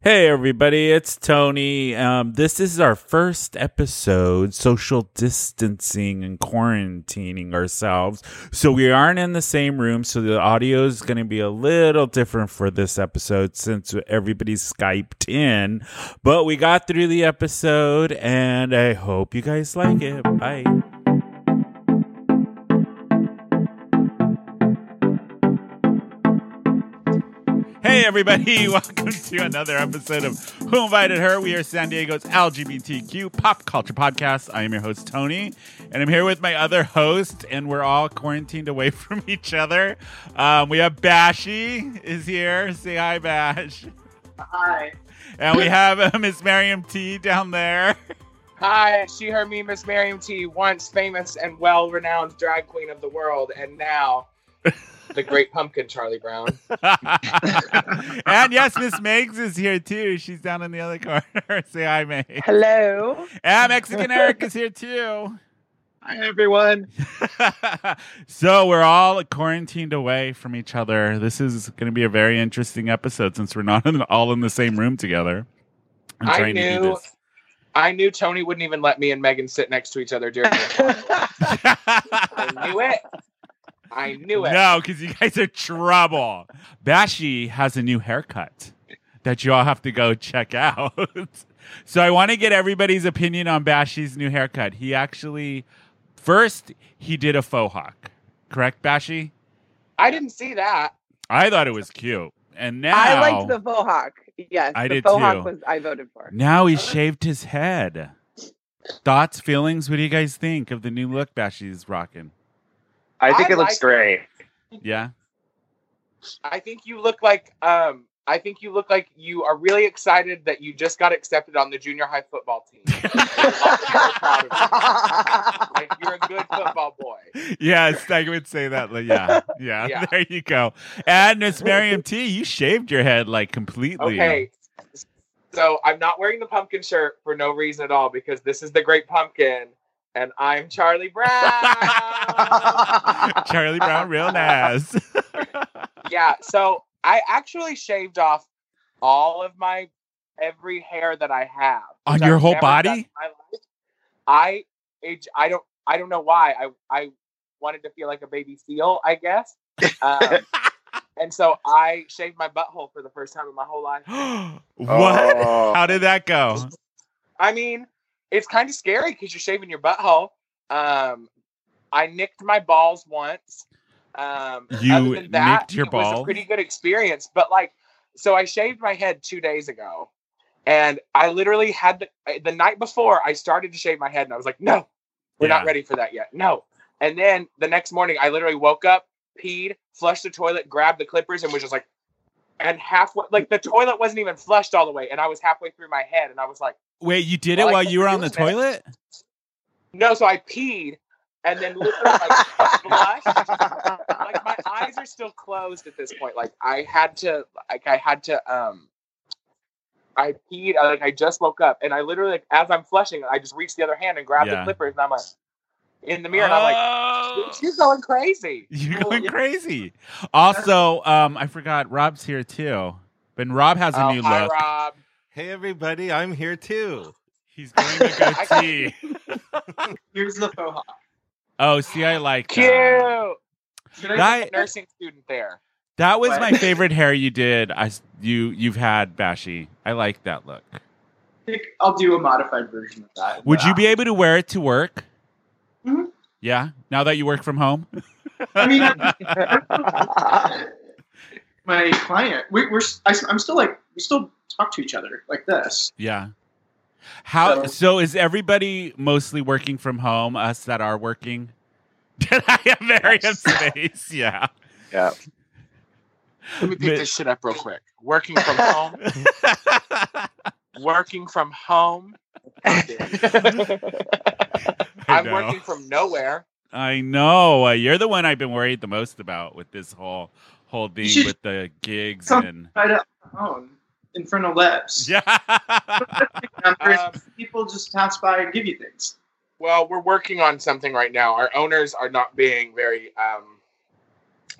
Hey, everybody, it's Tony. Um, this is our first episode social distancing and quarantining ourselves. So, we aren't in the same room. So, the audio is going to be a little different for this episode since everybody's Skyped in. But we got through the episode, and I hope you guys like it. Bye. Hey, everybody, welcome to another episode of Who Invited Her? We are San Diego's LGBTQ pop culture podcast. I am your host, Tony, and I'm here with my other host, and we're all quarantined away from each other. Um, we have Bashy is here. Say hi, Bash. Hi. And we have uh, Miss Miriam T down there. Hi, she, her, me, Miss Miriam T, once famous and well renowned drag queen of the world, and now the great pumpkin Charlie Brown. and yes, Miss Megs is here too. She's down in the other corner. Say hi, Meg. Hello. And Mexican Eric is here too. Hi, everyone. so we're all quarantined away from each other. This is going to be a very interesting episode since we're not in, all in the same room together. I'm I trying to do knew. this. I knew Tony wouldn't even let me and Megan sit next to each other during the I knew it. I knew it. no, because you guys are trouble. Bashi has a new haircut that you all have to go check out. so I want to get everybody's opinion on Bashi's new haircut. He actually first he did a faux hawk, correct, Bashi? I didn't see that. I thought it was cute, and now I liked the faux hawk. Yes, I the did faux too. hawk was I voted for. Now he shaved his head. Thoughts, feelings? What do you guys think of the new look Bashi's rocking? I think I it looks like- great. Yeah. I think you look like um I think you look like you are really excited that you just got accepted on the junior high football team. Proud of you. like you're a good football boy. Yes, I would say that. like, Yeah, yeah, Yeah. There you go. And Miss Miriam T, you shaved your head like completely. Okay. So I'm not wearing the pumpkin shirt for no reason at all because this is the great pumpkin and I'm Charlie Brown. Charlie Brown, real nice. yeah. So I actually shaved off all of my every hair that I have On which your I've whole never done body? in my life. I it, I don't I don't know why I I wanted to feel like a baby seal I guess. Um, and so I shaved my butthole for the first time in my whole life. what? Oh. How did that go? I mean, it's kind of scary because you're shaving your butthole. Um, I nicked my balls once. Um, You other than that, nicked your it was balls? a pretty good experience. But like, so I shaved my head two days ago, and I literally had the, the night before I started to shave my head, and I was like, no, we're Yeah. not ready for that yet. No. And then the next morning, I literally woke up, peed, flushed the toilet, grabbed the clippers, and was just like, and halfway, like the toilet wasn't even flushed all the way, and I was halfway through my head, and I was like. Wait, you did Well, it I while can you were on the do it. toilet? No, so I peed and then literally like blushed. Like my eyes are still closed at this point. Like I had to like I had to um I peed I- like I just woke up and I literally like, as I'm flushing, I just reached the other hand and grabbed Yeah. the clippers and I'm like in the mirror and I'm like, she's Oh. going crazy. You're going crazy. Also, um, I forgot Rob's here too. And Rob has a Oh, new hi look. Rob. Hey everybody, I'm here too. He's going to go tea. Here's the faux hawk. Oh, see, I like Cute. that. Should I That, Nursing student there. that was my What? favorite hair you did. I s- you you've had Bashy. I like that look. pick? I'll do a modified version of that. Would you be able to wear it to work? Mhm. Yeah, now that you work from home. I mean, my client. We, we're. I, am still like. We still talk to each other like this. Yeah. How so, So- is everybody mostly working from home? Us that are working. Did I have various space? Yeah. Yeah. Let me Mi- pick this shit up real quick. Working from home. Working from home. I I'm know. working from nowhere. I know. Uh, you're the one I've been worried the most about with this whole whole thing should- with the gigs Some- and Try to phone in front of lips. yeah. Numbers, Um, people just pass by and give you things. Well, we're working on something right now. Our owners are not being very um,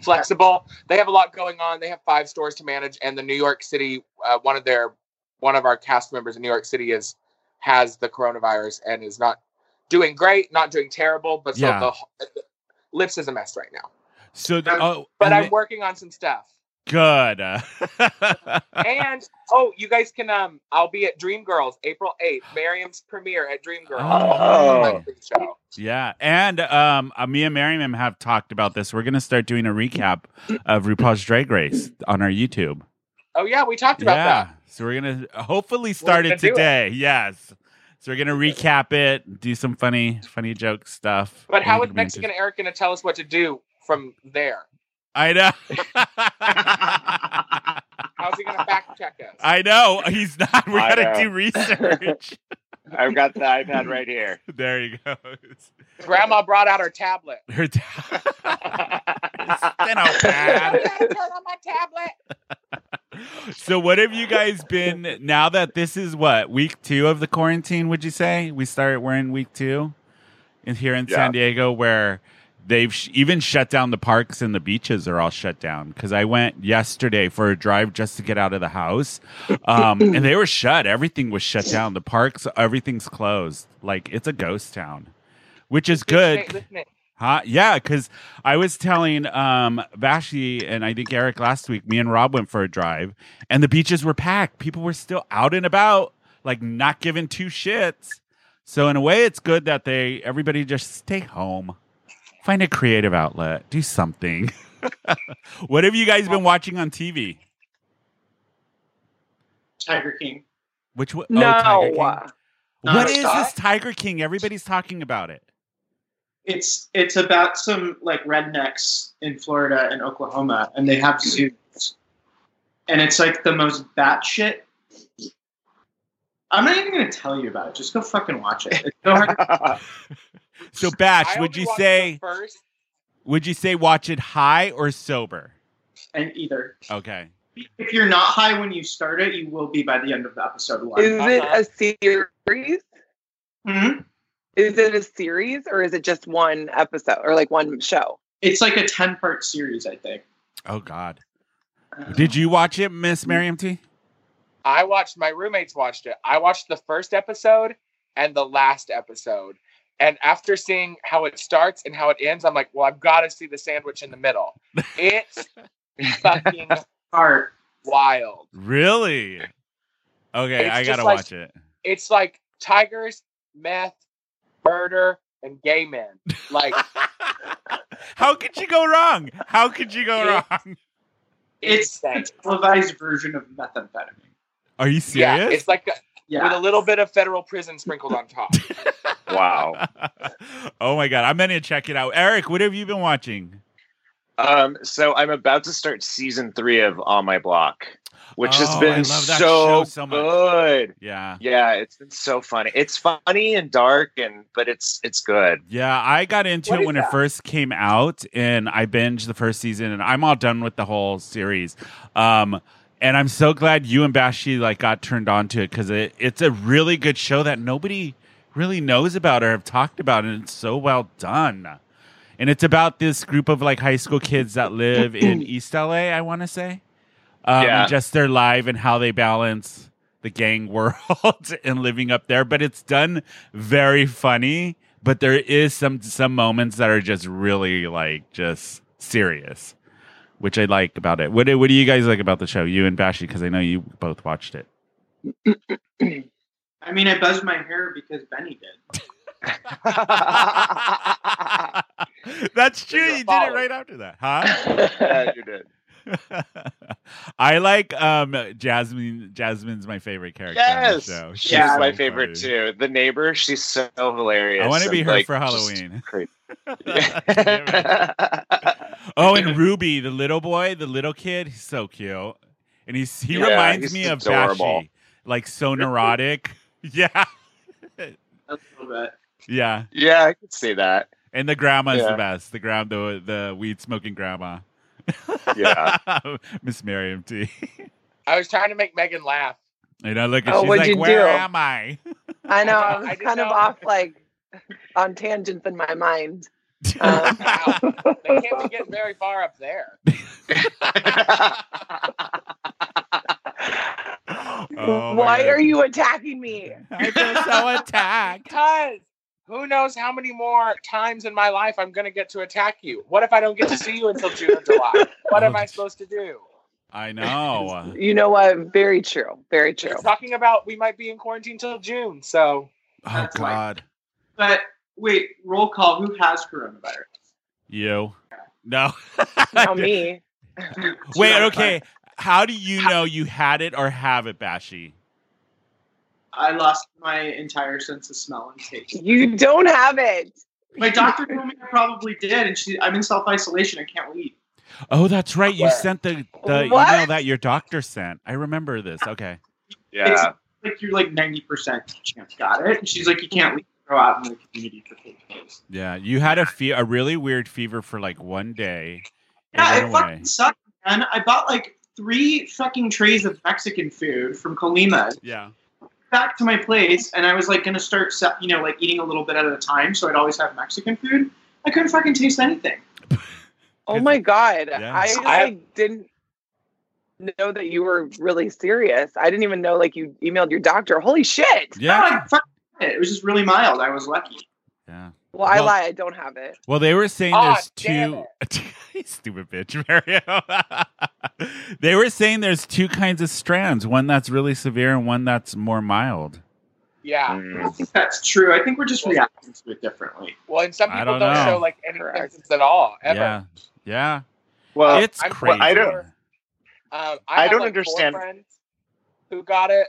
flexible. They have a lot going on. They have five stores to manage, and the New York City, uh, one of their one of our cast members in New York City is has the coronavirus and is not doing great, not doing terrible, but so Yeah. the wh- lips is a mess right now. So, the, Um, oh, But and I'm it- working on some stuff. good. And oh, you guys can um I'll be at Dreamgirls April 8th, Miriam's premiere at Dreamgirls. Oh. My free show. yeah, and um, uh, me and Miriam have talked about this. We're gonna start doing a recap of RuPaul's Drag Race on our YouTube. Oh yeah, we talked about yeah. that. So we're gonna hopefully start gonna it do it. today. Yes. So we're gonna recap it, do some funny, funny joke stuff. But We're how gonna is be Mexican Eric gonna tell us what to do from there? into- I know. How's he gonna fact check us? I know he's not. We I gotta know. do research. I've got the iPad right here. there he goes. Grandma brought out her tablet. Her t- Spin out pad. gotta turn on my tablet. So what have you guys been now that this is what week two of the quarantine? Would you say we start? We're in week two, in here in Yeah. San Diego, where they've sh- even shut down the parks and the beaches are all shut down. Because I went yesterday for a drive just to get out of the house, um, and they were shut. Everything was shut down. The parks, everything's closed. Like it's a ghost town, which is good. Hey, listen it. Huh? Yeah, because I was telling um Vashi and I think Eric last week, me and Rob went for a drive and the beaches were packed. People were still out and about, like not giving two shits. So in a way it's good that they everybody just stay home. Find a creative outlet. Do something. what have you guys been watching on TV? Tiger King. Which one? Oh, No. Tiger King. What is Nonstop. this Tiger King? Everybody's talking about it. It's it's about some like rednecks in Florida and Oklahoma, and they have zoos, and it's like the most batshit. I'm not even gonna tell you about it. Just go fucking watch it. It's so hard. to- So Batch, I would only you watched the say first? would you say watch it high or sober? and either Okay. if you're not high when you start it, you will be by the end of episode one. Is uh, Uh-huh. it a series? Mhm. Is it a series or is it just one episode or like one show? It's like a ten part series, I think. Oh God! Did you watch it, Miss Miriam T? I watched. My roommates watched it. I watched the first episode and the last episode. And after seeing how it starts and how it ends, I'm like, well, I've got to see the sandwich in the middle. It's fucking Part. wild. Really? Okay, It's I gotta just like- watch it. It's like tigers, meth, murder, and gay men. Like How could you go wrong? How could you go It- wrong? It's insane. the televised version of methamphetamine. Are you yeah. serious? It's like a, with Yeah. a little bit of federal prison sprinkled on top. wow. oh my God! I'm gonna check it out. Eric, what have you been watching? Um, so I'm about to start season three of On My Block, which Oh, has I been love that show so, so much. good. Yeah, Yeah, it's been so funny. It's funny and dark, and but it's it's good. yeah. I got into What it is when it that? first came out, and I binged the first season, and I'm all done with the whole series. Um, and I'm so glad you and Bashi like got turned on to it because it, it's a really good show that nobody really knows about or have talked about, and it's so well done. And it's about this group of like high school kids that live in East LA, I want to say, um, Yeah. and just their life and how they balance the gang world and living up there. But it's done very funny. But there is some some moments that are just really like just serious which I like about it. What do, what do you guys like about the show? You and Bashi, because I know you both watched it. I mean, I buzzed my hair because Benny did. That's true. You're You a did it follower. right after that, huh? yeah, you did. I like um Jasmine. Jasmine's my favorite character on the Yes, show. she's Yeah. so my favorite funny. too. The neighbor, she's so hilarious. I want to be and, her like, for just Halloween. crazy. oh, and Ruby, the little boy, the little kid, he's so cute, and he's he Yeah, reminds he's me of adorable. Bashi, like so neurotic. yeah, A little bit. yeah. yeah, I could see that. And the grandma's the Yeah. best. The gram the the weed smoking grandma. Yeah. Miss Miriam T. I was trying to make Megan laugh. And I look at Oh, she's what'd like, you Where do?" am I? I know I I didn't was kind of know. off like on tangents in my mind. Um, Wow. they can't be getting very far up there. Oh, my Why are goodness. you attacking me? I feel so attacked. Because who knows how many more times in my life I'm going to get to attack you? What if I don't get to see you until June or July? What am I supposed to do? I know. You know what? Very true. Very true. We're talking about we might be in quarantine till June, so Oh That's why. God, But wait, roll call. Who has coronavirus? you. No. Now me. Wait. Okay. How do you know you had it or have it, Bashy? I lost my entire sense of smell and taste. You don't have it. My doctor told me I probably did, and she, I'm in self isolation. I can't leave. Oh, that's right. You What? sent the, the What? email that your doctor sent. I remember this. Okay. Yeah. Like you're like 90% chance got it. And she's like, you can't leave. Go out in the community for eight days. Yeah. You had a fe- a really weird fever for like one day. It Yeah, went it away. fucking sucked, man. I bought like three fucking trays of Mexican food from Colima Yeah. back to my place, and I was like gonna start, se- you know, like eating a little bit at a time, so I'd always have Mexican food. I couldn't fucking taste anything. Oh my god. Yeah. I I- like, didn't know that you were really serious. I didn't even know like you emailed your doctor. Holy shit. Yeah. I fucking had it. It was just really mild. I was lucky. Yeah. Well, I Well- lie. I don't have it. Well, they were saying Oh, Aw, there's two. You Stupid bitch, Mario. they were saying there's two kinds of strands one that's really severe and one that's more mild. yeah. I Mm. think that's true. I think we're just reacting to it differently. Well, and some I people don't don't, know. show like any Correct. symptoms at all ever. Yeah. Yeah. Well, it's I'm- crazy. Uh, I don't- Um, I, I have, don't like, four understand. friends who got it,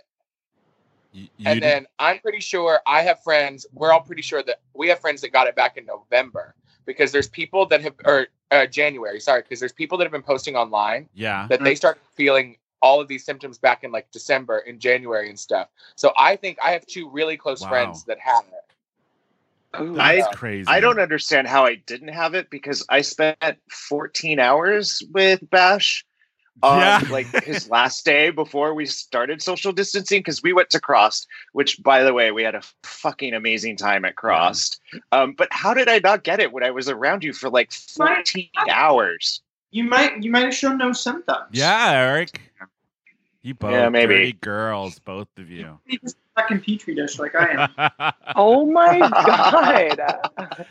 You- you didn't- and then I'm pretty sure I have friends. We're all pretty sure that we have friends that got it back in November because there's people that have or uh, January, sorry, because there's people that have been posting online yeah. that they started feeling all of these symptoms back in like December and January and stuff. So I think I have two really close Wow. friends that have it. I- That's crazy. I don't understand how I didn't have it because I spent 14 hours with Bash on Yeah. uh, like his last day before we started social distancing because we went to Crossed, which by the way, we had a fucking amazing time at Crossed. Um, but how did I not get it when I was around you for like 14 hours? You might you might have shown no symptoms. Yeah, Eric. You both Yeah, maybe. dirty girls, both of you. You're just a fucking petri dish like I am. Oh my god.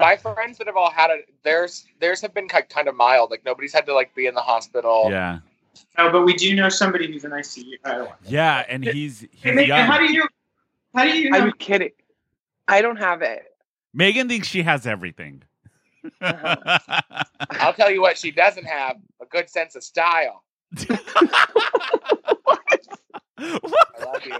My friends that have all had it, theirs theirs have been like kind of mild. Like nobody's had to like be in the hospital. yeah. no, but we do know somebody who's in ICU. I don't want- Yeah, and he's Hey, he's Megan, young. how do you how do you know? I'm kidding. I don't have it. Megan thinks she has everything. I'll tell you what she doesn't have a good sense of style. what? I love you.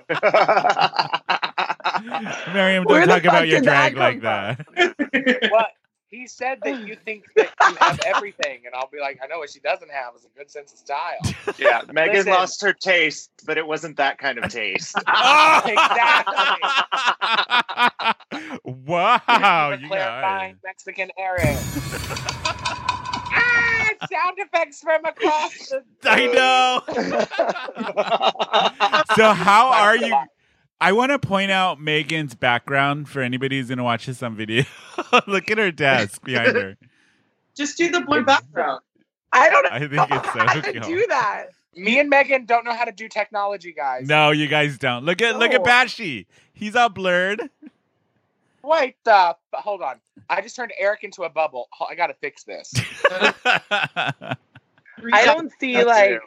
Miriam, Where don't the talk about fuck your did drag that like come that. What? He said that you think that you have everything, and I'll be like, I know what she doesn't have is a good sense of style. yeah, Megan Listen. lost her taste, but it wasn't that kind of taste. exactly. wow. For Oh, You guys. clarifying Mexican Eric. ah, sound effects from across the. I know. so how are you? I want to point out Megan's background for anybody who's going to watch this on video. Look at her desk behind her. Just do the blue background. I don't I think it's so I could cool. do that. Me and Megan don't know how to do technology, guys. No, you guys don't. Look at look at No. Bashy. He's all blurred. Wait, uh, hold on. I just turned Eric into a bubble. Ho- I gotta fix this. I don't see like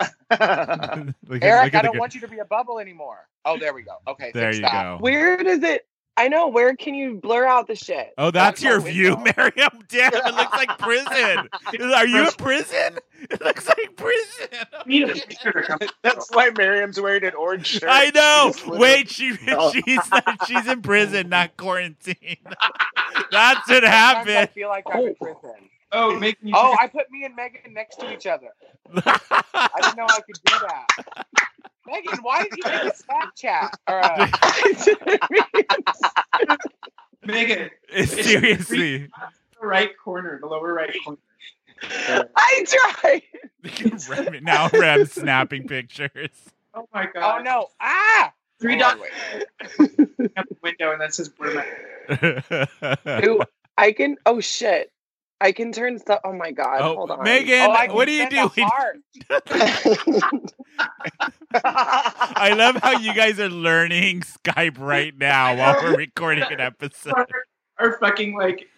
Look at- Eric, look I at the don't gr- want you to be a bubble anymore. Oh, there we go. Okay, There fix you that. go. where does it I know where can you blur out the shit? Oh, that's my your view, window. Miriam. Damn, it looks like prison. Are you in prison? It looks like prison. need a picture to come. That's why Miriam's wearing an orange shirt. I know. She's literally- Wait, she Oh. she's she's in prison, not quarantine. That's what Sometimes I happened. feel like I'm in prison. Oh, making you Oh, I put me and Megan next to each other. I didn't know I could do that. Megan, why did you make a Snapchat? Or a, Megan, Seriously, the right corner, the lower right corner. I tried. Rem- now Rem snapping pictures. Oh my god. oh no! Ah, Three Hold on, dots up the window and that says blue background. Ooh, I can oh shit. I can turn stuff. Oh my god! Oh, Hold on, Megan, oh, I can what are you send a doing? heart. I love how you guys are learning Skype right now while we're recording an episode. Our, our fucking like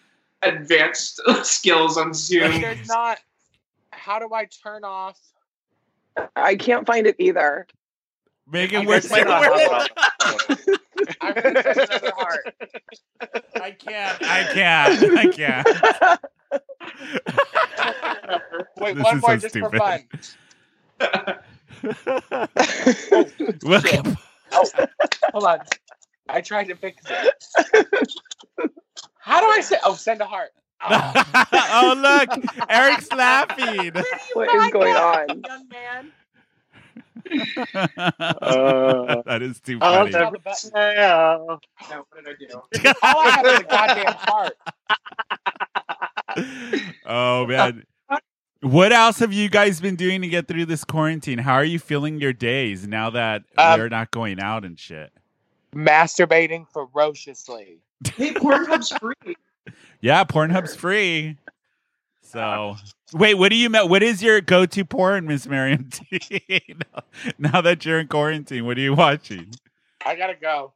advanced skills on Zoom. There's not. How do I turn off? I can't find it either. Megan, Okay, where's my sit down. where- I'm gonna send another heart. I can't. I can't. I can't. Wait, This one is more so just for stupid. fun. Welcome. Hold on. I tried to fix it. How do I say? Oh, send a heart. Oh, oh look, Eric's laughing. What is going on? young man. Uh, that is too I'll funny. All never the buttons. tell. No, what did I do? All I have is a goddamn heart. oh man. What else have you guys been doing to get through this quarantine? How are you feeling your days now that Um, we're not going out and shit? Masturbating ferociously. Hey, Pornhub's free. Yeah, Pornhub's free. So wait, what do you ma- what is your go to porn, Miss Miriam T? now that you're in quarantine, what are you watching? I gotta go.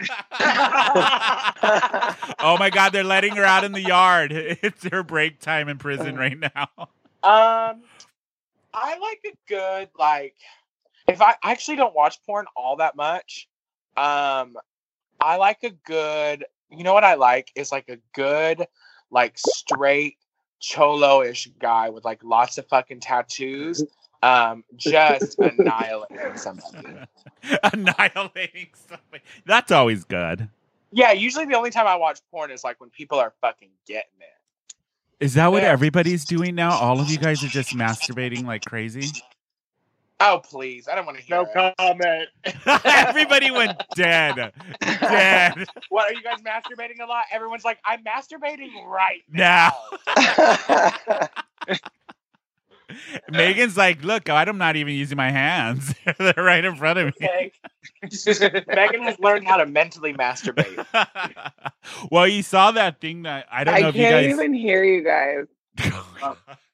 oh my god, they're letting her out in the yard. It's her break time in prison right now. Um, I like a good like. If I, I actually don't watch porn all that much, um, I like a good. You know what I like is like a good, like straight cholo-ish guy with like lots of fucking tattoos. Um, just annihilating somebody. Annihilating somebody. That's always good. Yeah, usually the only time I watch porn is like when people are fucking getting it. Is that what Yeah. everybody's doing now? All of you guys are just masturbating like crazy? Oh please, I don't want to hear. No it. comment. Everybody went dead. Dead. What are you guys masturbating a lot? Everyone's like, I'm masturbating right Now. now. Megan's like, look, I'm not even using my hands. They're right in front of me. Okay. Megan has learned how to mentally masturbate. well, you saw that thing that I don't I know can't if you guys. even hear you guys.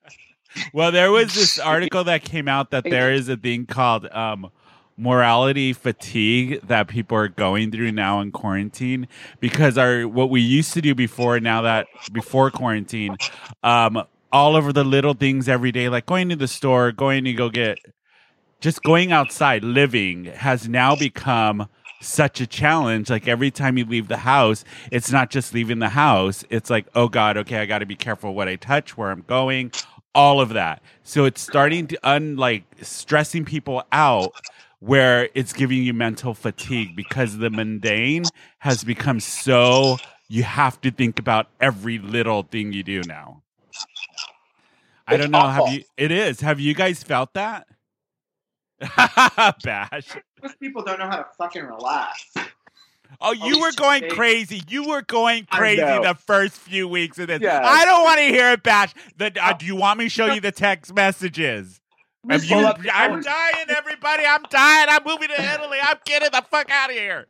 well, there was this article that came out that there is a thing called um, morality fatigue that people are going through now in quarantine because our what we used to do before now that before quarantine, um, all over the little things every day, like going to the store, going to go get, just going outside, living has now become such a challenge like every time you leave the house it's not just leaving the house it's like oh god okay i got to be careful what i touch where i'm going all of that so it's starting to unlike stressing people out where it's giving you mental fatigue because the mundane has become so you have to think about every little thing you do now i It's don't know awful. have you it is have you guys felt that bash Most people don't know how to fucking relax. Oh, you were going shit. crazy. You were going I crazy know. the first few weeks of this. Yes. I don't want to hear it, Bash. The, Oh. uh, do you want me to show you the text messages? Have you- Pull up the phone. I'm dying, everybody. I'm dying. I'm moving to Italy. I'm getting the fuck out of here.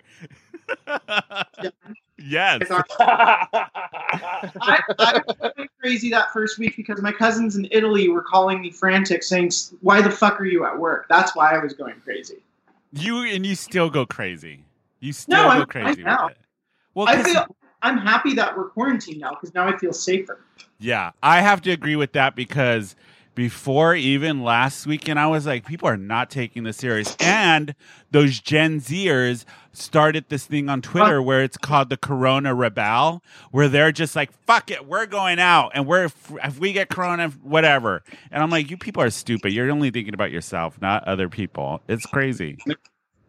yes. It's our- I, I was really crazy that first week because my cousins in Italy were calling me frantic, saying, "Why the fuck are you at work?" That's why I was going crazy. You and you still go crazy. You still No, go I'm fine crazy with now. it. Well, I 'cause- feel I'm happy that we're quarantined now because now I feel safer. Yeah, I have to agree with that because before even last weekend, I was like, people are not taking this serious. And those Gen Zers started this thing on Twitter where it's called the Corona Rebel, where they're just like, fuck it, we're going out and we're, if, if we get Corona, whatever. And I'm like, you people are stupid. You're only thinking about yourself, not other people. It's crazy.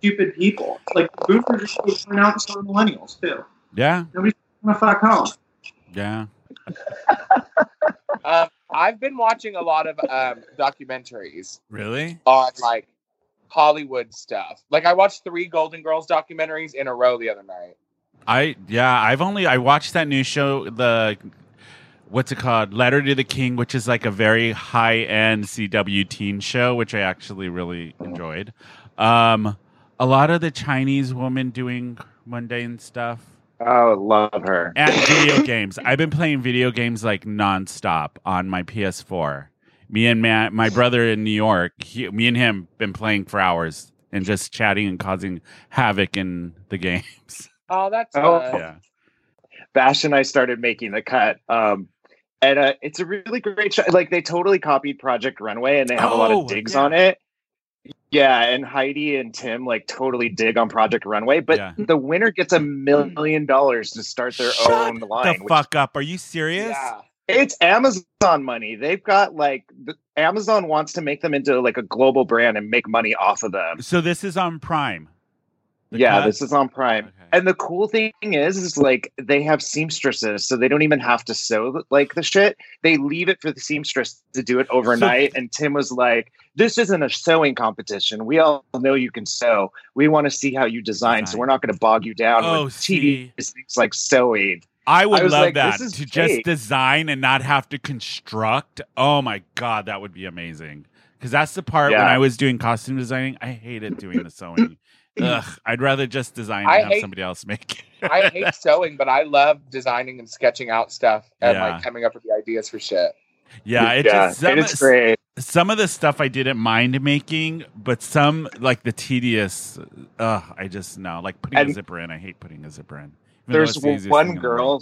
Stupid people like boomers are still going out and so are millennials too. Yeah, I'm gonna fuck home. yeah. um, I've been watching a lot of um, documentaries Really? on like Hollywood stuff. Like I watched three Golden Girls documentaries in a row the other night. I yeah, I've only I watched that new show the what's it called? Letter to the King, which is like a very high end CW teen show, which I actually really enjoyed. Um a lot of the Chinese women doing mundane stuff. Oh, love her. at video games. I've been playing video games like nonstop on my PS4. Me and Matt, my brother in New York, he, me and him been playing for hours and just chatting and causing havoc in the games. Oh, that's Oh. fun. yeah. Bash and I started making the cut. Um, and uh, it's a really great show. Like they totally copied Project Runway, and they have a lot Oh, of digs yeah. on it. Yeah, and Heidi and Tim like totally dig on Project Runway, but Yeah. the winner gets a million dollars to start their Shut own line. the which- fuck up. Are you serious? Yeah. it's Amazon money. They've got like the, Amazon wants to make them into like a global brand and make money off of them. So this is on Prime. The yeah, cut? this is on Prime. Okay. And the cool thing is, is like they have seamstresses, so they don't even have to sew like the shit. They leave it for the seamstress to do it overnight. and Tim was like, "This isn't a sewing competition. We all know you can sew. We want to see how you design, so Design. we're not going to bog you down Oh, with see. tedious things like sewing." I would I was love like, that this is to just fake. design and not have to construct. Oh my god, that would be amazing. Because that's the part when Yeah. I was doing costume designing, I hated doing the sewing. Ugh, I'd rather just design and I have hate- somebody else make it. I hate sewing, but I love designing and sketching out stuff and Yeah. like coming up with the ideas for shit. yeah, it just some, it's great. some of the stuff I didn't mind making, but some like the tedious. Ugh, I just no like putting a And- zipper in. I hate putting a zipper in. even though there's it's the easiest thing one in the world. girl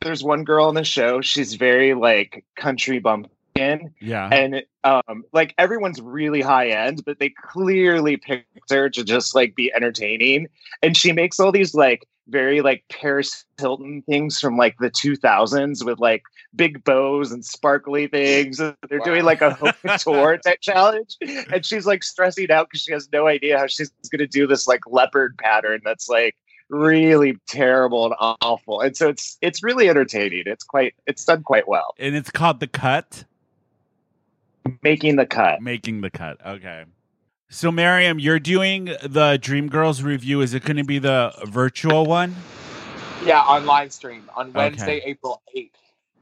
there's one girl in the show she's very like country bumpkin Yeah, and um like everyone's really high end but they clearly picked her to just like be entertaining and she makes all these like very like paris hilton things from like the 2000s with like big bows and sparkly things And they're Wow. doing like a haute couture type challenge and she's like stressing out because she has no idea how she's going to do this like leopard pattern that's like really terrible and awful and so it's it's really entertaining it's quite it's done quite well and it's called the cut. making the cut making the cut. Okay. So, Miriam, you're doing the Dream Girls review. Is it going to be the virtual one? Yeah, on live stream on Okay. Wednesday, April 8th.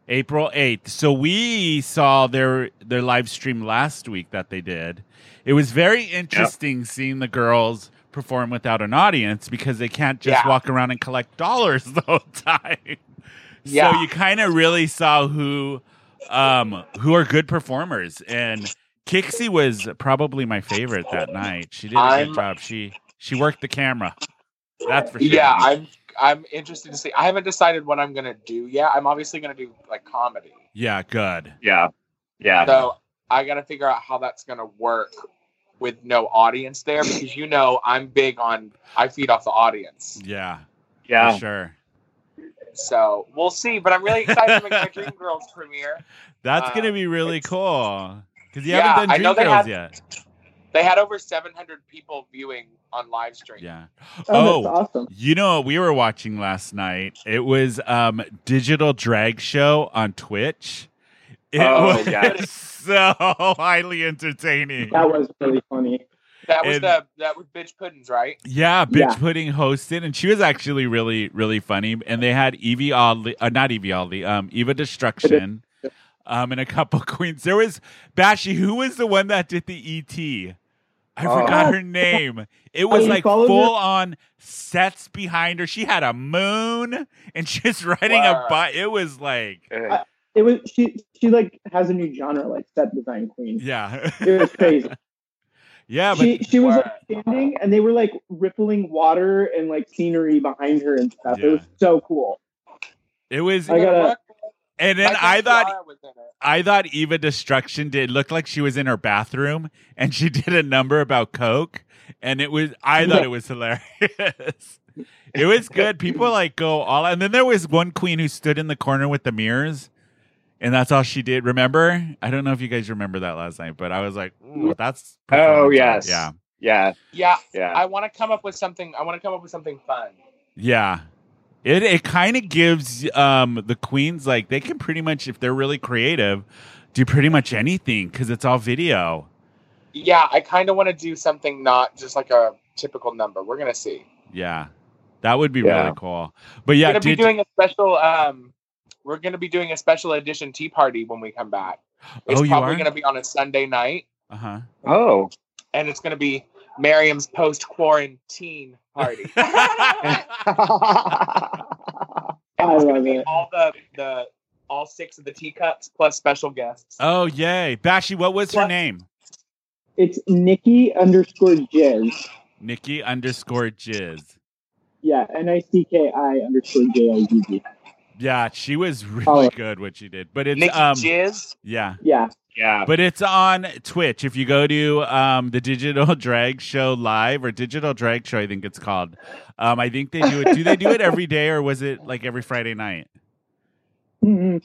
April 8th. So we saw their their live stream last week that they did. It was very interesting seeing the girls perform without an audience because they can't just Yeah. walk around and collect dollars the whole time. So Yeah. you kind of really saw who um who are good performers and Kixie was probably my favorite that night. She did a I'm- good job. She she worked the camera. That's for sure. Yeah, I'm I'm interested to see. I haven't decided what I'm gonna do yet. I'm obviously gonna do like comedy. yeah, good. yeah yeah So I gotta figure out how that's gonna work with no audience there because you know I'm big on I feed off the audience. Yeah, yeah for sure. So we'll see. But I'm really excited to make my Dream Girls premiere. That's Uh, gonna be really cool because you Yeah, haven't done I know Dream they Girls had- yet. They had over seven hundred people viewing on live stream. Yeah. Oh, Oh, that's awesome. you know what we were watching last night? It was um digital drag show on Twitch. It Oh, was yeah. so highly entertaining. That was really funny. That was And- the that was bitch puddings, right? Yeah, bitch Yeah. pudding hosted, and she was actually really, really funny. And they had Evie Oddly, uh, not Evie Oddly, um, Eva Destruction, um, and a couple queens. There was Bashy, who was the one that did the ET? I Oh. forgot her name. It was Uh, Oh, you like followed her? full on sets behind her. She had a moon and she's riding a Wow. bike. It was like, Uh, It was she. She like has a new genre, like set design queen. yeah, It was crazy. yeah, but she she was like Word. standing, and they were like rippling water and like scenery behind her and stuff. It was so cool. it was. I gotta- And then I thought was in it. I thought Eva Destruction did look like she was in her bathroom and she did a number about Coke and it was I thought it was hilarious. it was good. People like go all out. and then there was one queen who stood in the corner with the mirrors and that's all she did. Remember? I don't know if you guys remember that last night, but I was like, Ooh, that's Oh, performance art. yes. Yeah. yeah Yeah, yeah I want to come up with something. I want to come up with something fun. Yeah. It it kind of gives um the queens like they can pretty much if they're really creative do pretty much anything cuz it's all video. Yeah, I kind of want to do something not just like a typical number. We're gonna see. Yeah. That would be Yeah. really cool. But yeah, we're gonna did, be doing a special. Um, we're gonna be doing a special edition tea party when we come back. It's Oh, you probably are? gonna be on a Sunday night, uh-huh. oh and it's gonna be Miriam's post quarantine party. I love it. all the the all six of the teacups plus special guests. oh yay, Bashi! What was her What? name? It's Nikki underscore Jizz. Nikki underscore Jizz. Yeah, N I C K I underscore J I Z Z. Yeah, she was really Oh. good what she did. But it's Nikki um Jizz. yeah. Yeah, yeah. But it's on Twitch. If you go to um, the Digital Drag Show Live or Digital Drag Show, I think it's called. Um, I think they do it. Do they do it every day or was it like every Friday night? Mhm.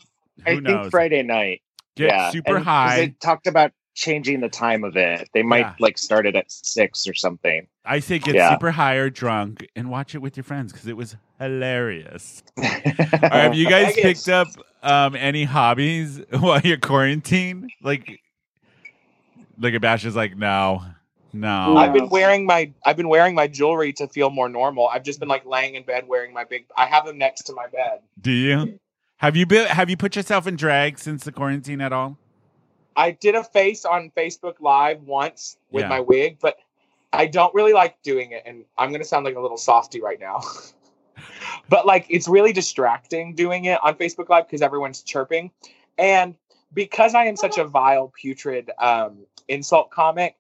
I Who think knows? Friday night. Get yeah. super And- 'cause high. They talked about changing the time of it. They might Yeah. like start it at six or something. I say get Yeah. super high or drunk and watch it with your friends because it was hilarious. All right, have you guys Vegas. picked up um, any hobbies while you're quarantined? Like, like a bash is like no, no. I've been Wow. wearing my I've been wearing my jewelry to feel more normal. I've just been like laying in bed wearing my big. I have them next to my bed. Do you? Have you been? Have you put yourself in drag since the quarantine at all? I did a face on Facebook Live once with Yeah. my wig, but I don't really like doing it. And I'm going to sound like a little softy right now. but like, it's really distracting doing it on Facebook Live because everyone's chirping. And because I am such a vile, putrid um, insult comic,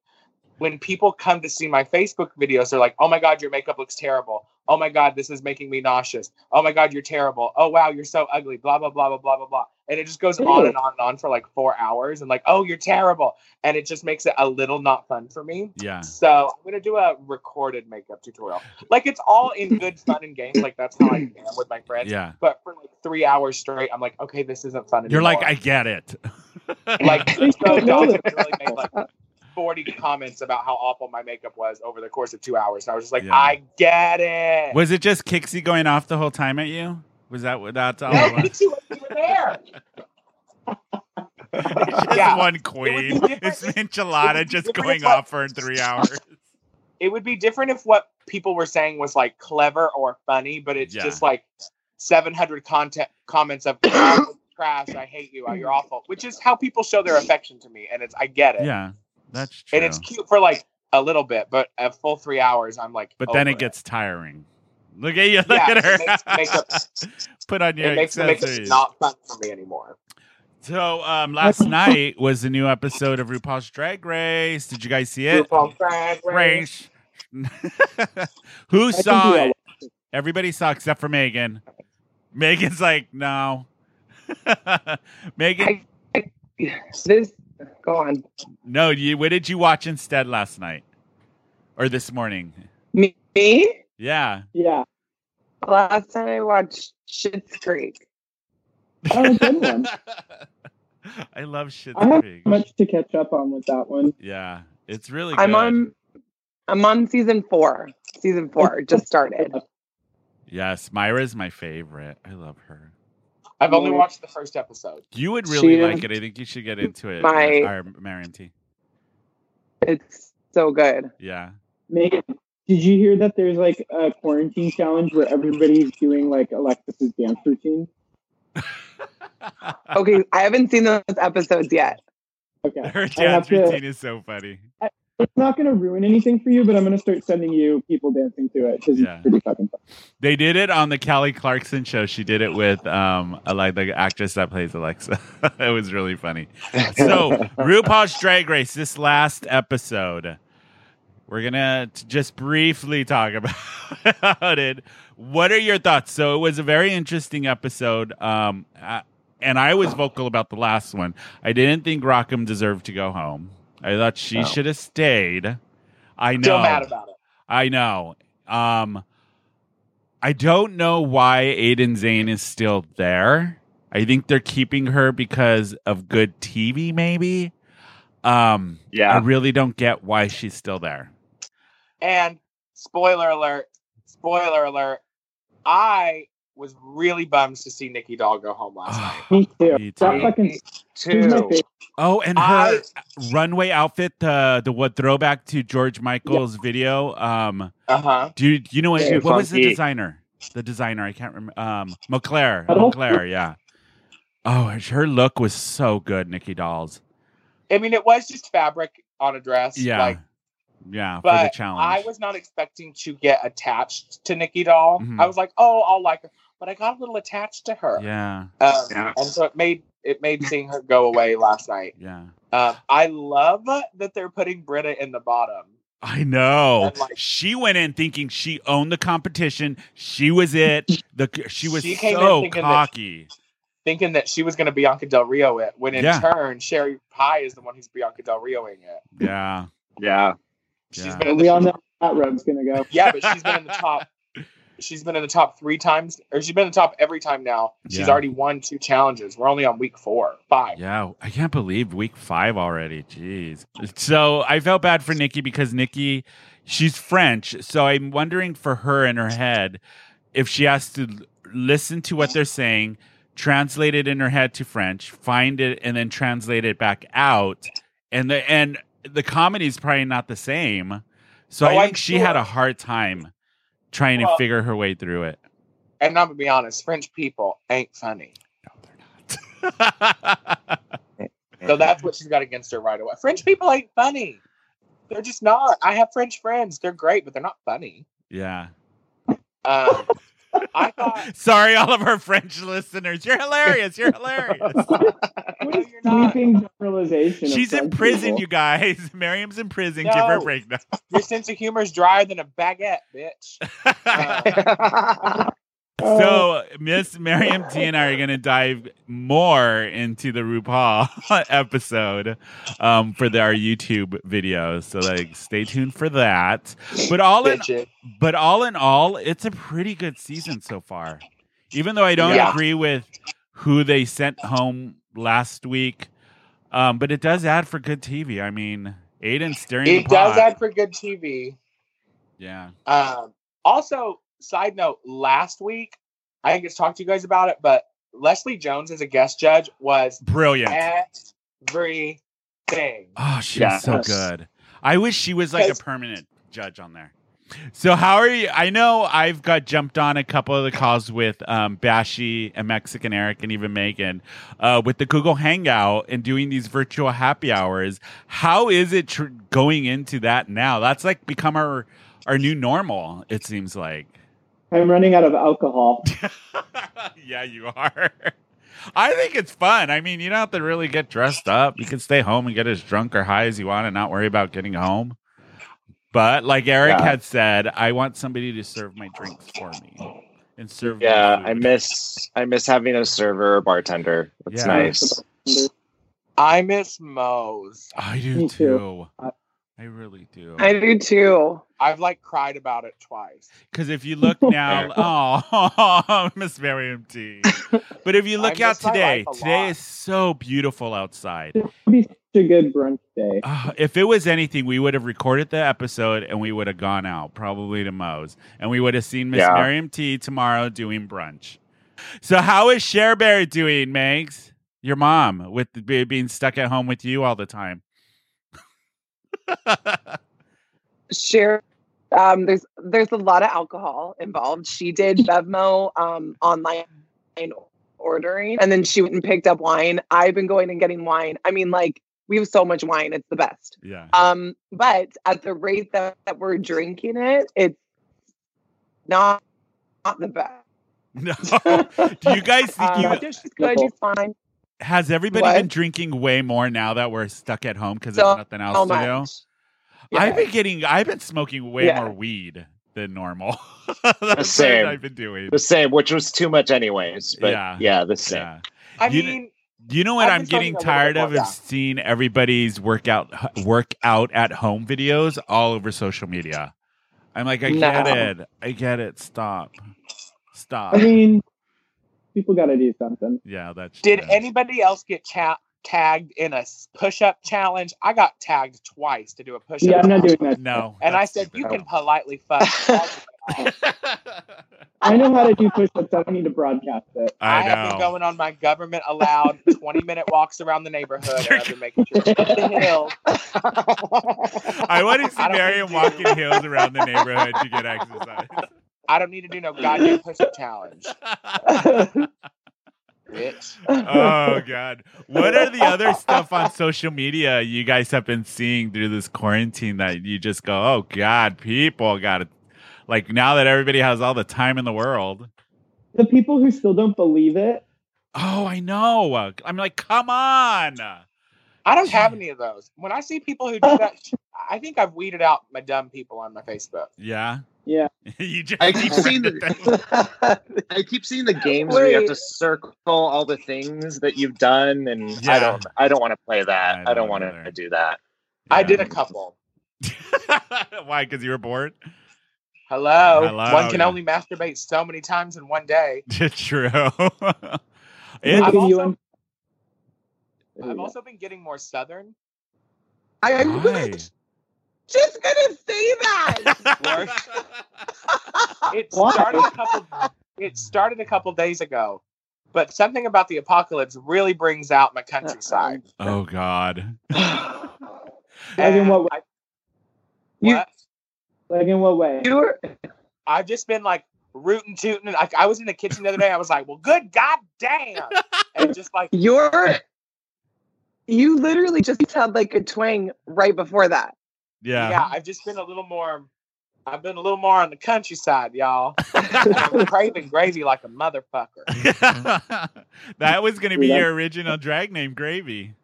when people come to see my Facebook videos, they're like, oh my God, your makeup looks terrible. Oh my God, this is making me nauseous. Oh my God, you're terrible. Oh wow, you're so ugly. Blah, blah, blah, blah, blah, blah, blah. And it just goes on Ew. and on and on for like four hours and like, oh, you're terrible. And it just makes it a little not fun for me. Yeah. So I'm going to do a recorded makeup tutorial. Like it's all in good fun and games. Like that's how I am with my friends. Yeah. But for like three hours straight, I'm like, okay, this isn't fun anymore. You're like, I get it. Like, Please so don't know Dawson that. really made like 40 comments about how awful my makeup was over the course of two hours. And I was just like, Yeah. I get it. was it just Kixie going off the whole time at you? Was that what that's all? no, it was? Pixie wasn't even there. It's just Yeah. one It queen. would be different It's enchilada would be just different going if, like- off for three hours. It would be different if what people were saying was like clever or funny, but it's Yeah. just like 700 content comments of "Oh, trash. I hate you. Oh, You're awful, which is how people show their affection to me. And it's, I get it. Yeah, that's true. And it's cute for like a little bit, but a full three hours, I'm like, but then over it gets tiring. Look at you! Look Oh, Yeah, at her. it makes- makeup- Put on your it makes the makeup accessories. not fun for me anymore. so um, last night was the new episode of RuPaul's Drag Race. Did you guys see it? RuPaul's Drag Race. Race. Who think saw we all it? Everybody saw except for Megan. Megan's like, no. Megan, This go on. no. You, what did you watch instead last night or this morning? Me? Me? Yeah. Yeah, Last time I watched Shit's Creek. oh, good one. I love Shit's I have Creek. much to catch up on with that one. Yeah, it's really. I'm good. on I'm on season four. Season four just started. Yes, Myra's my favorite. I love her. I've only watched the first episode. You would She really is like it. I think you should get into it. my- Mar- or Marion T. It's so good. Yeah. Megan, did you hear that there's like a quarantine challenge where everybody's doing like Alexis's dance routine? Okay, I haven't seen those episodes yet. Okay, her I dance have to- routine is so funny. it's not going to ruin anything for you, but I'm going to start sending you people dancing to it because Yeah. it's pretty fucking fun. They did it on the Kelly Clarkson show. She did it with um a, like the actress that plays Alexa. it was really funny. So RuPaul's Drag Race, this last episode, we're gonna t- just briefly talk about it. What are your thoughts? So it was a very interesting episode. Um, I- and I was vocal about the last one. I didn't think Rockham deserved to go home. I thought she No. should have stayed. I know. Still mad about it. I know. Um I don't know why Aiden Zane is still there. I think they're keeping her because of good TV maybe. Um I yeah. really don't get why she's still there. And spoiler alert, spoiler alert, I was really bummed to see Nikki Doll go home last night. Me too. Me That too. fucking she's my Two. favorite. Oh, and I- her runway outfit, the the what throwback to George Michael's video. Um Uh huh. dude, you know what, Too what was the funky. designer? The designer, I can't remember um Moclair. Huddle? Moclair, yeah. Oh, her look was so good, Nikki Dolls. I mean, it was just fabric on a dress. Yeah. Oh, Like Yeah, for the but challenge. I was not expecting to get attached to Nikki Doll. Mhm. I was like, oh, I'll like her, but I got a little attached to her, yeah, um, Yeah. and so it made it made seeing her go away last night. yeah. Um, I love that they're putting Britta in the bottom. I know. And, like- she went in thinking she owned the competition. She was it. The she was She came in so thinking that- cocky. Thinking that she was going to Bianca Del Rio it, when in Yeah. turn Sherry Pie is the one who's Bianca Del Rioing it. yeah. Yeah. She's Yeah. been in we the all know how that road's gonna go. Yeah, but she's been in the top. She's been in the top three times, or she's been in the top every time now. She's Yeah. already won two challenges. We're only on week four, five. Yeah, I can't believe week five already. Jeez. So I felt bad for Nikki because Nikki, she's French. So I'm wondering for her in her head if she has to l- listen to what they're saying, translate it in her head to French, find it, and then translate it back out. And the and the comedy is probably not the same. So Oh, I I'm think she had sure. a hard time trying to Well- figure her way through it. And I'm gonna be honest, French people ain't funny. So that's what she's got against her right away. French people ain't funny. They're just not. I have French friends. They're great, but they're not funny. yeah. Um, I thought Sorry, all of our French listeners. You're hilarious. You're hilarious. What a No, you're not. sweeping generalization. of She's in French prison, people. you guys. Miriam's in prison. Give her a No. break now. your sense of humor is drier than a baguette, bitch. Uh, Um, Oh, so, Miss Miriam T and I are going to dive more into the RuPaul episode um, for the, our YouTube videos. So, like, stay tuned for that. But all in, bitches. but all in all, it's a pretty good season so far. Even though I don't Yeah. agree with who they sent home last week, um, but it does add for good TV. I mean, Aiden's stirring It the pot. does add for good TV. yeah. Um, also, side note, last week, I didn't get to talk to you guys about it, but Leslie Jones as a guest judge was Brilliant. everything. Oh, she's Yeah. so Yes. good. I wish she was like a 'Cause- permanent judge on there. So how are you? I know I've got jumped on a couple of the calls with um, Bashy and Mexican Eric and even Megan uh, with the Google Hangout and doing these virtual happy hours. How is it tr- going into that now? That's like become our our new normal. It seems like. I'm running out of alcohol. yeah, you are. I think it's fun. I mean, you don't have to really get dressed up. You can stay home and get as drunk or high as you want and not worry about getting home. But like Eric Yeah. had said, I want somebody to serve my drinks for me and serve. my yeah, food. I miss I miss having a server or bartender. That's Yeah. nice. I miss Moe's. I do Me too. too. I- I really do. I do too. I've like cried about it twice. Because if you look now, oh, Miss Miriam T. But if you I look out miss my today, life a today lot. is so beautiful outside. It'd be such a good brunch day. Uh, if it was anything, we would have recorded the episode and we would have gone out, probably to Moe's, and we would have seen Miss Yeah. Miriam T tomorrow doing brunch. So, how is Cher Bear doing, Megs? Your mom, with the- be- being stuck at home with you all the time. Share. Um, there's there's a lot of alcohol involved. She did Bevmo um, online ordering, and then she went and picked up wine. I've been going and getting wine. I mean, like we have so much wine; it's the best. yeah. Um, but at the rate that, that we're drinking it, it's not not the best. No. Do you guys think Um, you but she's good. She's fine. has everybody What? been drinking way more now that we're stuck at home because So there's nothing else So to do? much. I've Yeah. been getting, I've been smoking way Yeah. Uh, more weed than normal. That's Same. what I've been doing. The same, which was too much anyways. But Yeah. yeah, the same. Yeah. I You mean, You know what I've I'm been smoking getting a little tired bit more, of yeah. is seeing everybody's workout workout at home videos all over social media. I'm like, I get No. it, I get it. Stop, stop. I mean, people got to do something. yeah, that's did true. anybody else get cha- tagged in a push up challenge? I got tagged twice to do a push up Yeah, I'm not doing that. No, And I that's said, you stupid. can politely fuck. off." I know how to do push-ups. I don't need to broadcast it. I, I have been know. going on my government allowed 20 minute walks around the neighborhood. And I've been making sure to hit the hills. I want to see I don't Marion do- walking hills around the neighborhood to get exercise. Uh. I don't need to do no goddamn push up challenge. bitch. oh god what are the other stuff on social media you guys have been seeing through this quarantine that you just go oh god people gotta like now that everybody has all the time in the world The people who still don't believe it. oh i know i'm like come on I don't have any of those. When I see people who do that, sh- I think I've weeded out my dumb people on my Facebook. yeah Yeah. you just I keep seeing read it that way. the I keep seeing the games where you have Wait. to circle all the things that you've done, and Yeah. I don't I don't want to play that. I I don't don't, want either. to do that. I did a couple. why because you were bored Hello. Hello, One can yeah. only masturbate so many times in one day. true Look It- at you also- and- I've also been getting more southern. I why? was just gonna say that. It What? started a couple. It started a couple days ago, but something about the apocalypse really brings out my countryside. oh god Like in And what way? I, You- what? Like in what way? you were I've just been like rooting, tooting. Like I was in the kitchen the other day. I was like, "Well, good goddamn!" And just like, you're you literally just had like a twang right before that. yeah. yeah I've just been a little more. I've been a little more on the countryside, y'all. I'm craving gravy like a motherfucker. that was going to be Yeah. your original drag name, Gravy.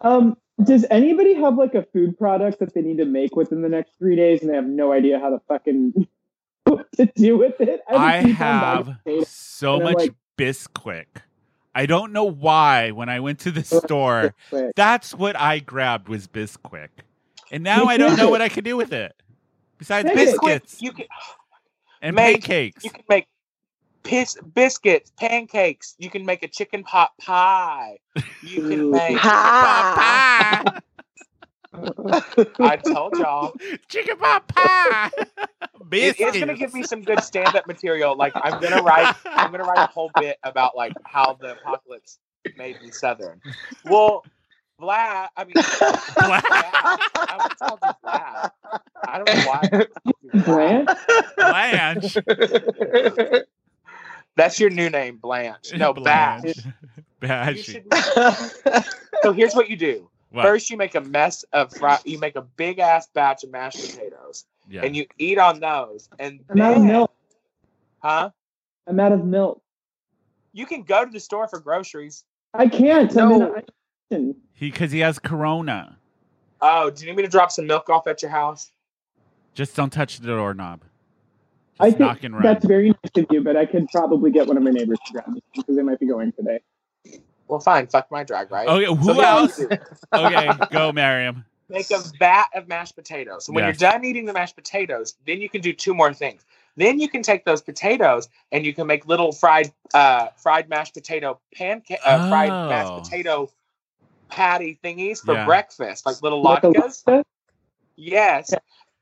Um, does anybody have like a food product that they need to make within the next three days and they have no idea how to fucking what to do with it? I a few times I have get so And I'm much like- Bisquick. I don't know why when I went to the store, it, but- that's what I grabbed was Bisquick. And now I don't know what I could do with it. Besides Make it. biscuits You can and Make- pancakes. you can make piss biscuits, pancakes. You can make a chicken pot pie. You can Ooh. make. Pop Ha! pie. I told y'all. Chicken pot pie. It Biscuits. is gonna give me some good stand-up material. Like I'm gonna write, I'm gonna write a whole bit about like how the apocalypse made me southern. Well, Vlad, I mean, Vlad, I would call you Vlad. I don't know why. I would call you Vlad. Bland? Blanche. That's your new name, Blanche. No, Bash. Blanche. Bash. You should- So here's what you do. What? First, you make a mess of fry. You make a big ass batch of mashed potatoes, yeah. and you eat on those. And I'm out of then- milk. huh? I'm out of milk. You can go to the store for groceries. I can't. No. I'm in a- He because he has corona. Oh, do you need me to drop some milk off at your house? Just don't touch the doorknob. Just I think knock and run. that's very nice of you, but I could probably get one of my neighbors to grab me because they might be going today. Well, fine. Fuck my drag, right? okay, Oh, who So here's else? what you do. okay, go, Miriam. Make a vat of mashed potatoes. And when Yes. you're done eating the mashed potatoes, then you can do two more things. Then you can take those potatoes and you can make little fried uh, fried mashed potato pancake, uh, fried mashed Oh. potato patty thingies for Yeah. breakfast, like little Like a latkes. latke? Yes.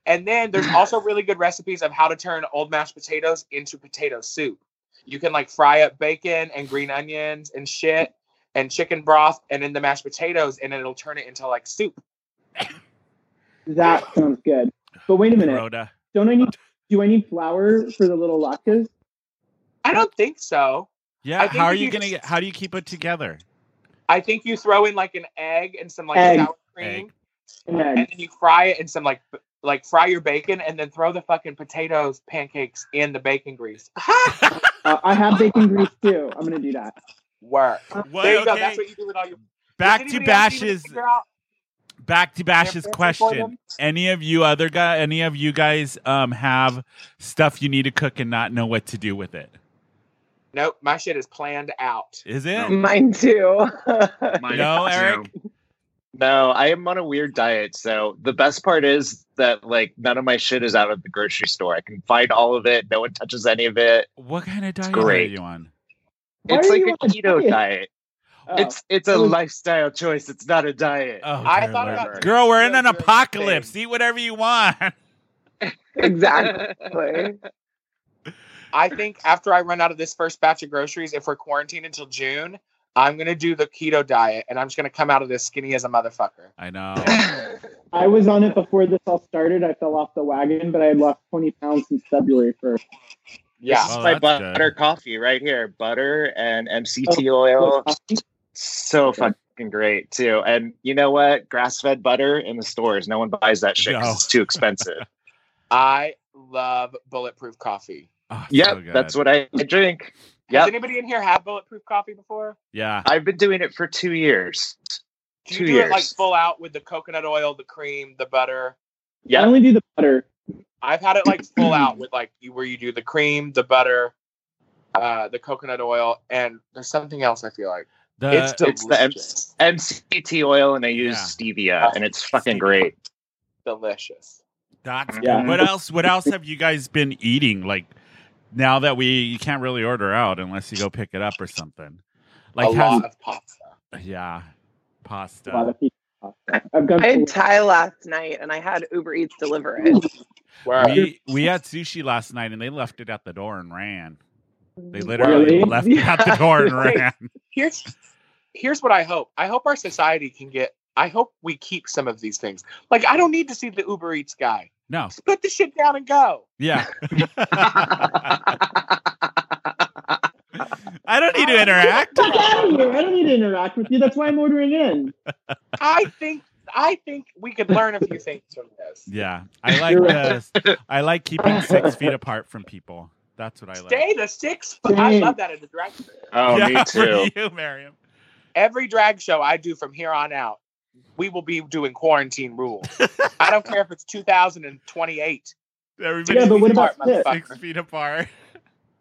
And then there's also really good recipes of how to turn old mashed potatoes into potato soup. You can like fry up bacon and green onions and shit and chicken broth and then the mashed potatoes and it'll turn it into like soup. That sounds good. But wait a minute. Corona. Don't I need? Do I need flour for the little latkes? I don't think so. I Yeah, think how are if you you gonna? just- get- How do you keep it together? I think you throw in like an egg and some like Egg. sour cream Egg. and then you fry it in some like b- like fry your bacon and then throw the fucking potatoes pancakes in the bacon grease. Uh, I have bacon grease too. I'm gonna do that. Work. Uh, What? there you go. okay. That's what you do with all your back Does to anybody else even Bash's. figure out Back to Bash's fancy for question. them? Any of you other guy? Any of you guys um have stuff you need to cook and not know what to do with it? Nope, my shit is planned out. Is it? No. Mine too. No, Eric? No, I am on a weird diet. So the best part is that like none of my shit is out of the grocery store. I can find all of it. No one touches any of it. What kind of diet are great. you on? Why it's are like you a on a keto diet? diet. Oh. It's it's a Oh. lifestyle choice. It's not a diet. Oh, I dear thought Lord. about- girl, we're in an Thing. apocalypse. Eat whatever you want. exactly. I think after I run out of this first batch of groceries, if we're quarantined until June, I'm gonna do the keto diet and I'm just gonna come out of this skinny as a motherfucker. I know. I was on it before this all started. I fell off the wagon, but I had lost 20 pounds since February 1st. Yeah. This is Oh, my that's butter good. coffee right here. Butter and Oh, MCT oil. uh, So fucking great too. And you know what? Grass fed butter in the stores. No one buys that shit 'cause No. it's too expensive. I love bulletproof coffee. Oh, it's yep, so good. that's what I, I Has drink. Yep, anybody in here had bulletproof coffee before? Yeah. I've been doing it for two years. Do you Two do it like years. full out with the coconut oil, the cream, the butter? I Yep, only do the butter. I've had it like full out with like you, where you do the cream, the butter, uh, the coconut oil, and there's something else. I feel like The, it's delicious. it's the M- MCT oil, and I use stevia, and it's fucking Stevia. great. delicious. That's Yeah. good. What else? What else have you guys been eating? Like now that we you can't really order out unless you go pick it up or something. Like a has, lot of pasta. yeah, A lot pasta. of people. I've gone. I had Thai last night and I had Uber Eats deliver it. Where We we had sushi last night and they left it at the door and ran. They literally Really? left it at the door and ran. here's here's what I hope. I hope our society can get. I hope we keep some of these things. Like I don't need to see the Uber Eats guy. No, Just put the shit down and go. yeah. I don't need to interact. Fuck out of here! I don't need to interact with you. That's why I'm ordering in. I think I think we could learn a few things from this. Yeah, I like You're this. I like keeping six feet apart from people. That's what I like. Stay the six. I Dang. love that as a drag. Show. Oh, yeah, me too. For you, Miriam. Every drag show I do from here on out, we will be doing quarantine rules. I don't care if it's 2028. Everybody Yeah, but what about Smart this? six feet apart.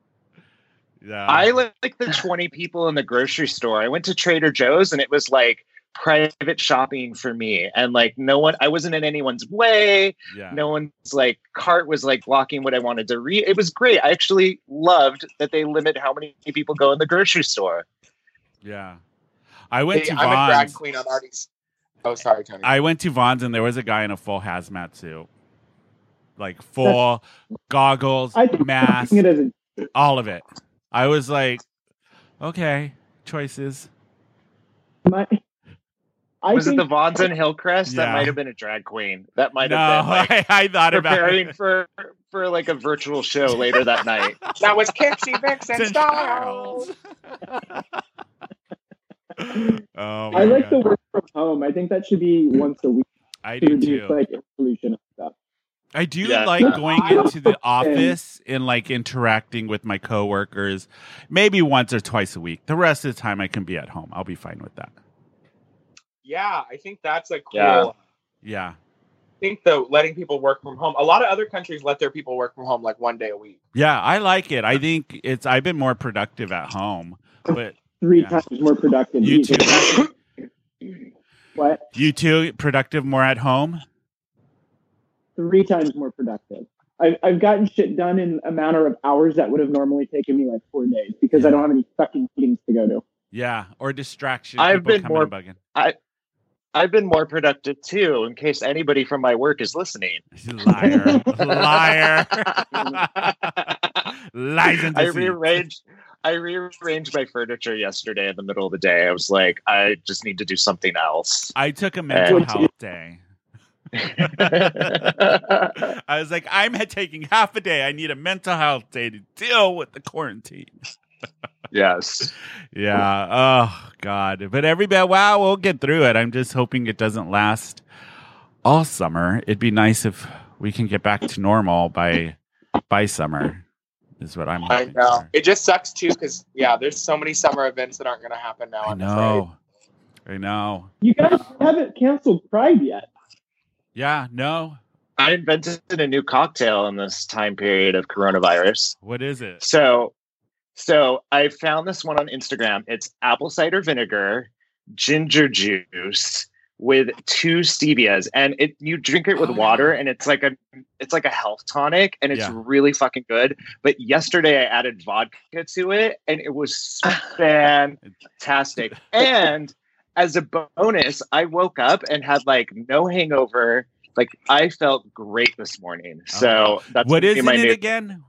yeah. I like like the 20 people in the grocery store. I went to Trader Joe's and it was like private shopping for me. And like no one, I wasn't in anyone's way. yeah. No one's like cart was like blocking what I wanted to read. It was great. I actually loved that they limit how many people go in the grocery store. Yeah. I went See, to I'm a drag Vaughn's. queen. I'm already. s- Oh, sorry, Tony. I went to Vaughn's and there was a guy in a full hazmat suit. Like full goggles, I think mask, it as a all of it. I was like, okay, choices. my. I was it think the Vons and Hillcrest? Yeah. That might have been a drag queen. That might no, have been like I, I thought about it. preparing for for like a virtual show later that night. That was Kipsy Vixen Since Styles. Charles. oh, I my like the God. work from home. I think that should be once a week I to do reduce too. like air pollution and stuff. I do Yeah. like going I into the don't- office and like interacting with my coworkers maybe once or twice a week. The rest of the time I can be at home. I'll be fine with that. Yeah, I think that's a cool. Yeah. Yeah. I think though, letting people work from home. A lot of other countries let their people work from home like one day a week. Yeah, I like it. I think it's I've been more productive at home. But Three Yeah. times more productive. you each. too What? you too productive more at home? Three times more productive. I've, I've gotten shit done in a matter of hours that would have normally taken me like four days because I Yeah. don't have any fucking meetings to go to. Yeah. Or distraction. I've people been coming more- and bugging. I've been more productive too, in case anybody from my work is listening. Liar. Liar. Lies and I deceit. rearranged. I rearranged my furniture yesterday in the middle of the day. I was like, I just need to do something else. I took a mental Would you- health day. I was like, I'm taking half a day. I need a mental health day to deal with the quarantine. yes. Yeah. Oh God. But everybody, wow, we'll get through it. I'm just hoping it doesn't last all summer. It'd be nice if we can get back to normal by by summer. Is what I'm I hoping. know. for. It just sucks too because yeah, there's so many summer events that aren't going to happen now. I I'm afraid. know. I know. You guys haven't canceled Pride yet. Yeah. No. I invented a new cocktail in this time period of coronavirus. What is it? So, so I found this one on Instagram. It's apple cider vinegar, ginger juice with two stevias, and it you drink it with Oh. water, and it's like a it's like a health tonic, and it's Yeah. really fucking good. But yesterday I added vodka to it, and it was fantastic. and as a bonus, I woke up and had like no hangover. Like I felt great this morning. So that's Oh. what gonna is be in my it new again?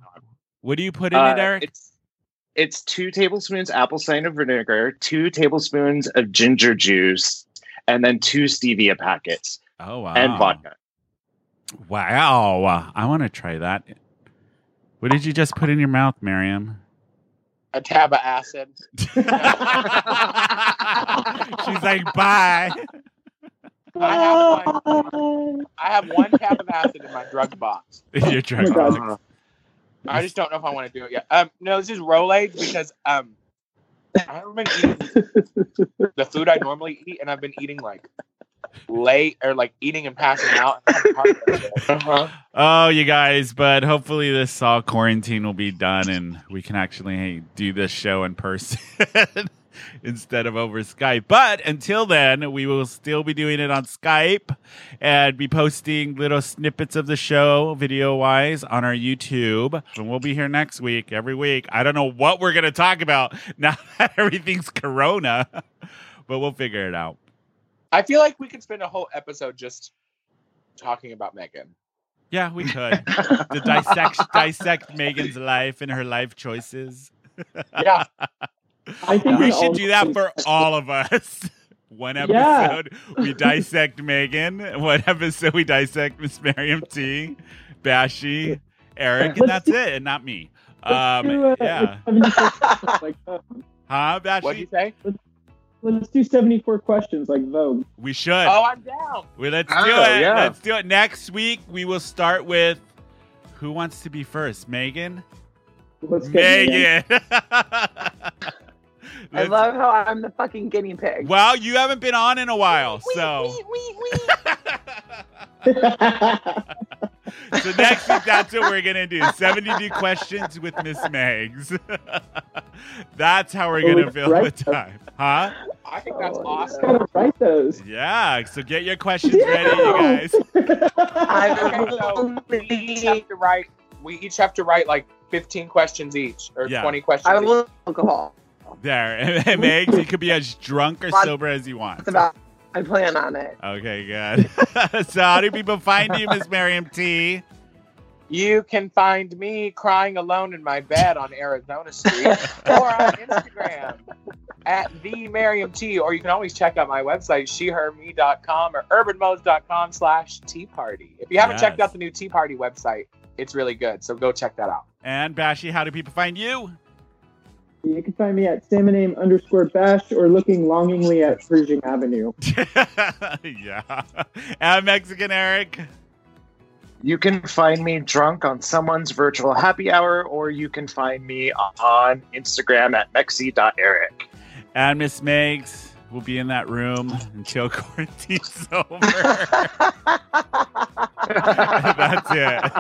What do you put in it, uh, Eric? It's, it's two tablespoons apple cider vinegar, two tablespoons of ginger juice, and then two stevia packets Oh wow. and vodka. Wow. I want to try that. What did you just put in your mouth, Miriam? A tab of acid. She's like, bye. I have I have one tab of acid in my drug box. Your drug God. addict. I just don't know if I want to do it yet. Um, no, this is Rolade because um, I haven't been eating the food I normally eat, and I've been eating like late or like eating and passing out. Uh-huh. Oh, you guys, but hopefully this all quarantine will be done and we can actually do this show in person instead of over Skype. But until then, we will still be doing it on Skype and be posting little snippets of the show video wise on our YouTube. And we'll be here next week, every week. I don't know what we're going to talk about now that everything's Corona, but we'll figure it out. I feel like we could spend a whole episode just talking about Megan. Yeah, we could. to dissect, dissect Megan's life and her life choices. Yeah, I think we in all- should do that for all of us. One Yeah. episode we dissect Megan. One episode we dissect Miss Miriam T, Bashy, Eric, and Let's that's it, and not me. Let's do, Um, uh, yeah, like 74 questions like Vogue. huh, what do you Bashy? say? Let's do 74 questions like Vogue. We should. Oh, I'm down. We let's Oh, do it. yeah. Let's do it next week. We will start with who wants to be first, Megan? Let's get Megan. I Let's- love how I'm the fucking guinea pig. well, you haven't been on in a while, so. So next week, that's what we're gonna do: seventy-two questions with Miss Megs. that's how we're Oh, gonna it's fill right. the time, huh? I think that's Oh, awesome. gotta write those. Yeah. So get your questions ready, you guys. I'm Okay, so we each have to write. We each have to write like 15 questions each, or Yeah. 20 questions. I each. love alcohol. There, and Megs, you could be as drunk or Lots- sober as you want. That's about. I plan on it. Okay, good. so how do people find you, Miss Miriam T? You can find me crying alone in my bed on Arizona Street or on Instagram at the Mariam T. Or you can always check out my website, sheherme.com or urbanmose.com slash tea party. If you haven't checked Yes. out the new tea party website, it's really good. So go check that out. And Bashy, how do people find you? You can find me at salmoname underscore bash or looking longingly at Frisian Avenue. yeah. And Mexican Eric. You can find me drunk on someone's virtual happy hour, or you can find me on Instagram at mexi.eric. And Miss Megs will be in that room until quarantine's over. That's it.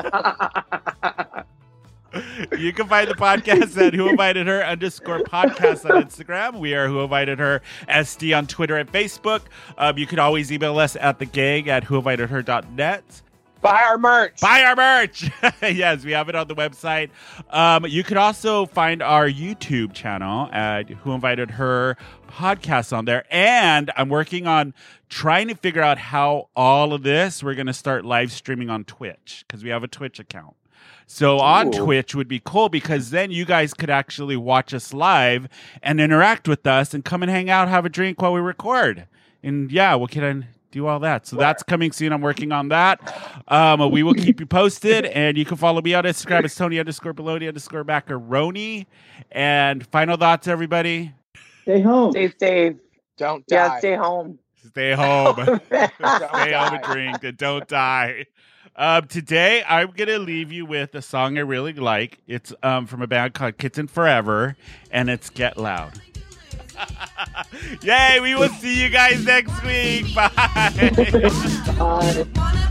You can find the podcast at Who Invited Her underscore podcast on Instagram. We are Who Invited Her SD on Twitter and Facebook. Um, you can always email us at the gig at whoinvitedher.net. Buy our merch. Buy our merch. yes, we have it on the website. Um, you could also find our YouTube channel at Who Invited Her podcast on there. And I'm working on trying to figure out how all of this we're going to start live streaming on Twitch because we have a Twitch account. So on Ooh. Twitch would be cool because then you guys could actually watch us live and interact with us and come and hang out, have a drink while we record. And yeah, we'll get and do all that. So that's coming soon. I'm working on that. Um, we will keep you posted, and you can follow me on Instagram. It's Tony underscore Beloni underscore Macaroni. And final thoughts, everybody. Stay home. Stay safe. Don't die. Yeah, stay home. Stay Oh home. Stay home die. and drink and don't die. Um, today, I'm gonna leave you with a song I really like. It's um, from a band called Kitten Forever, and it's Get Loud. Yay! We will see you guys next week. Bye. Bye. Wanna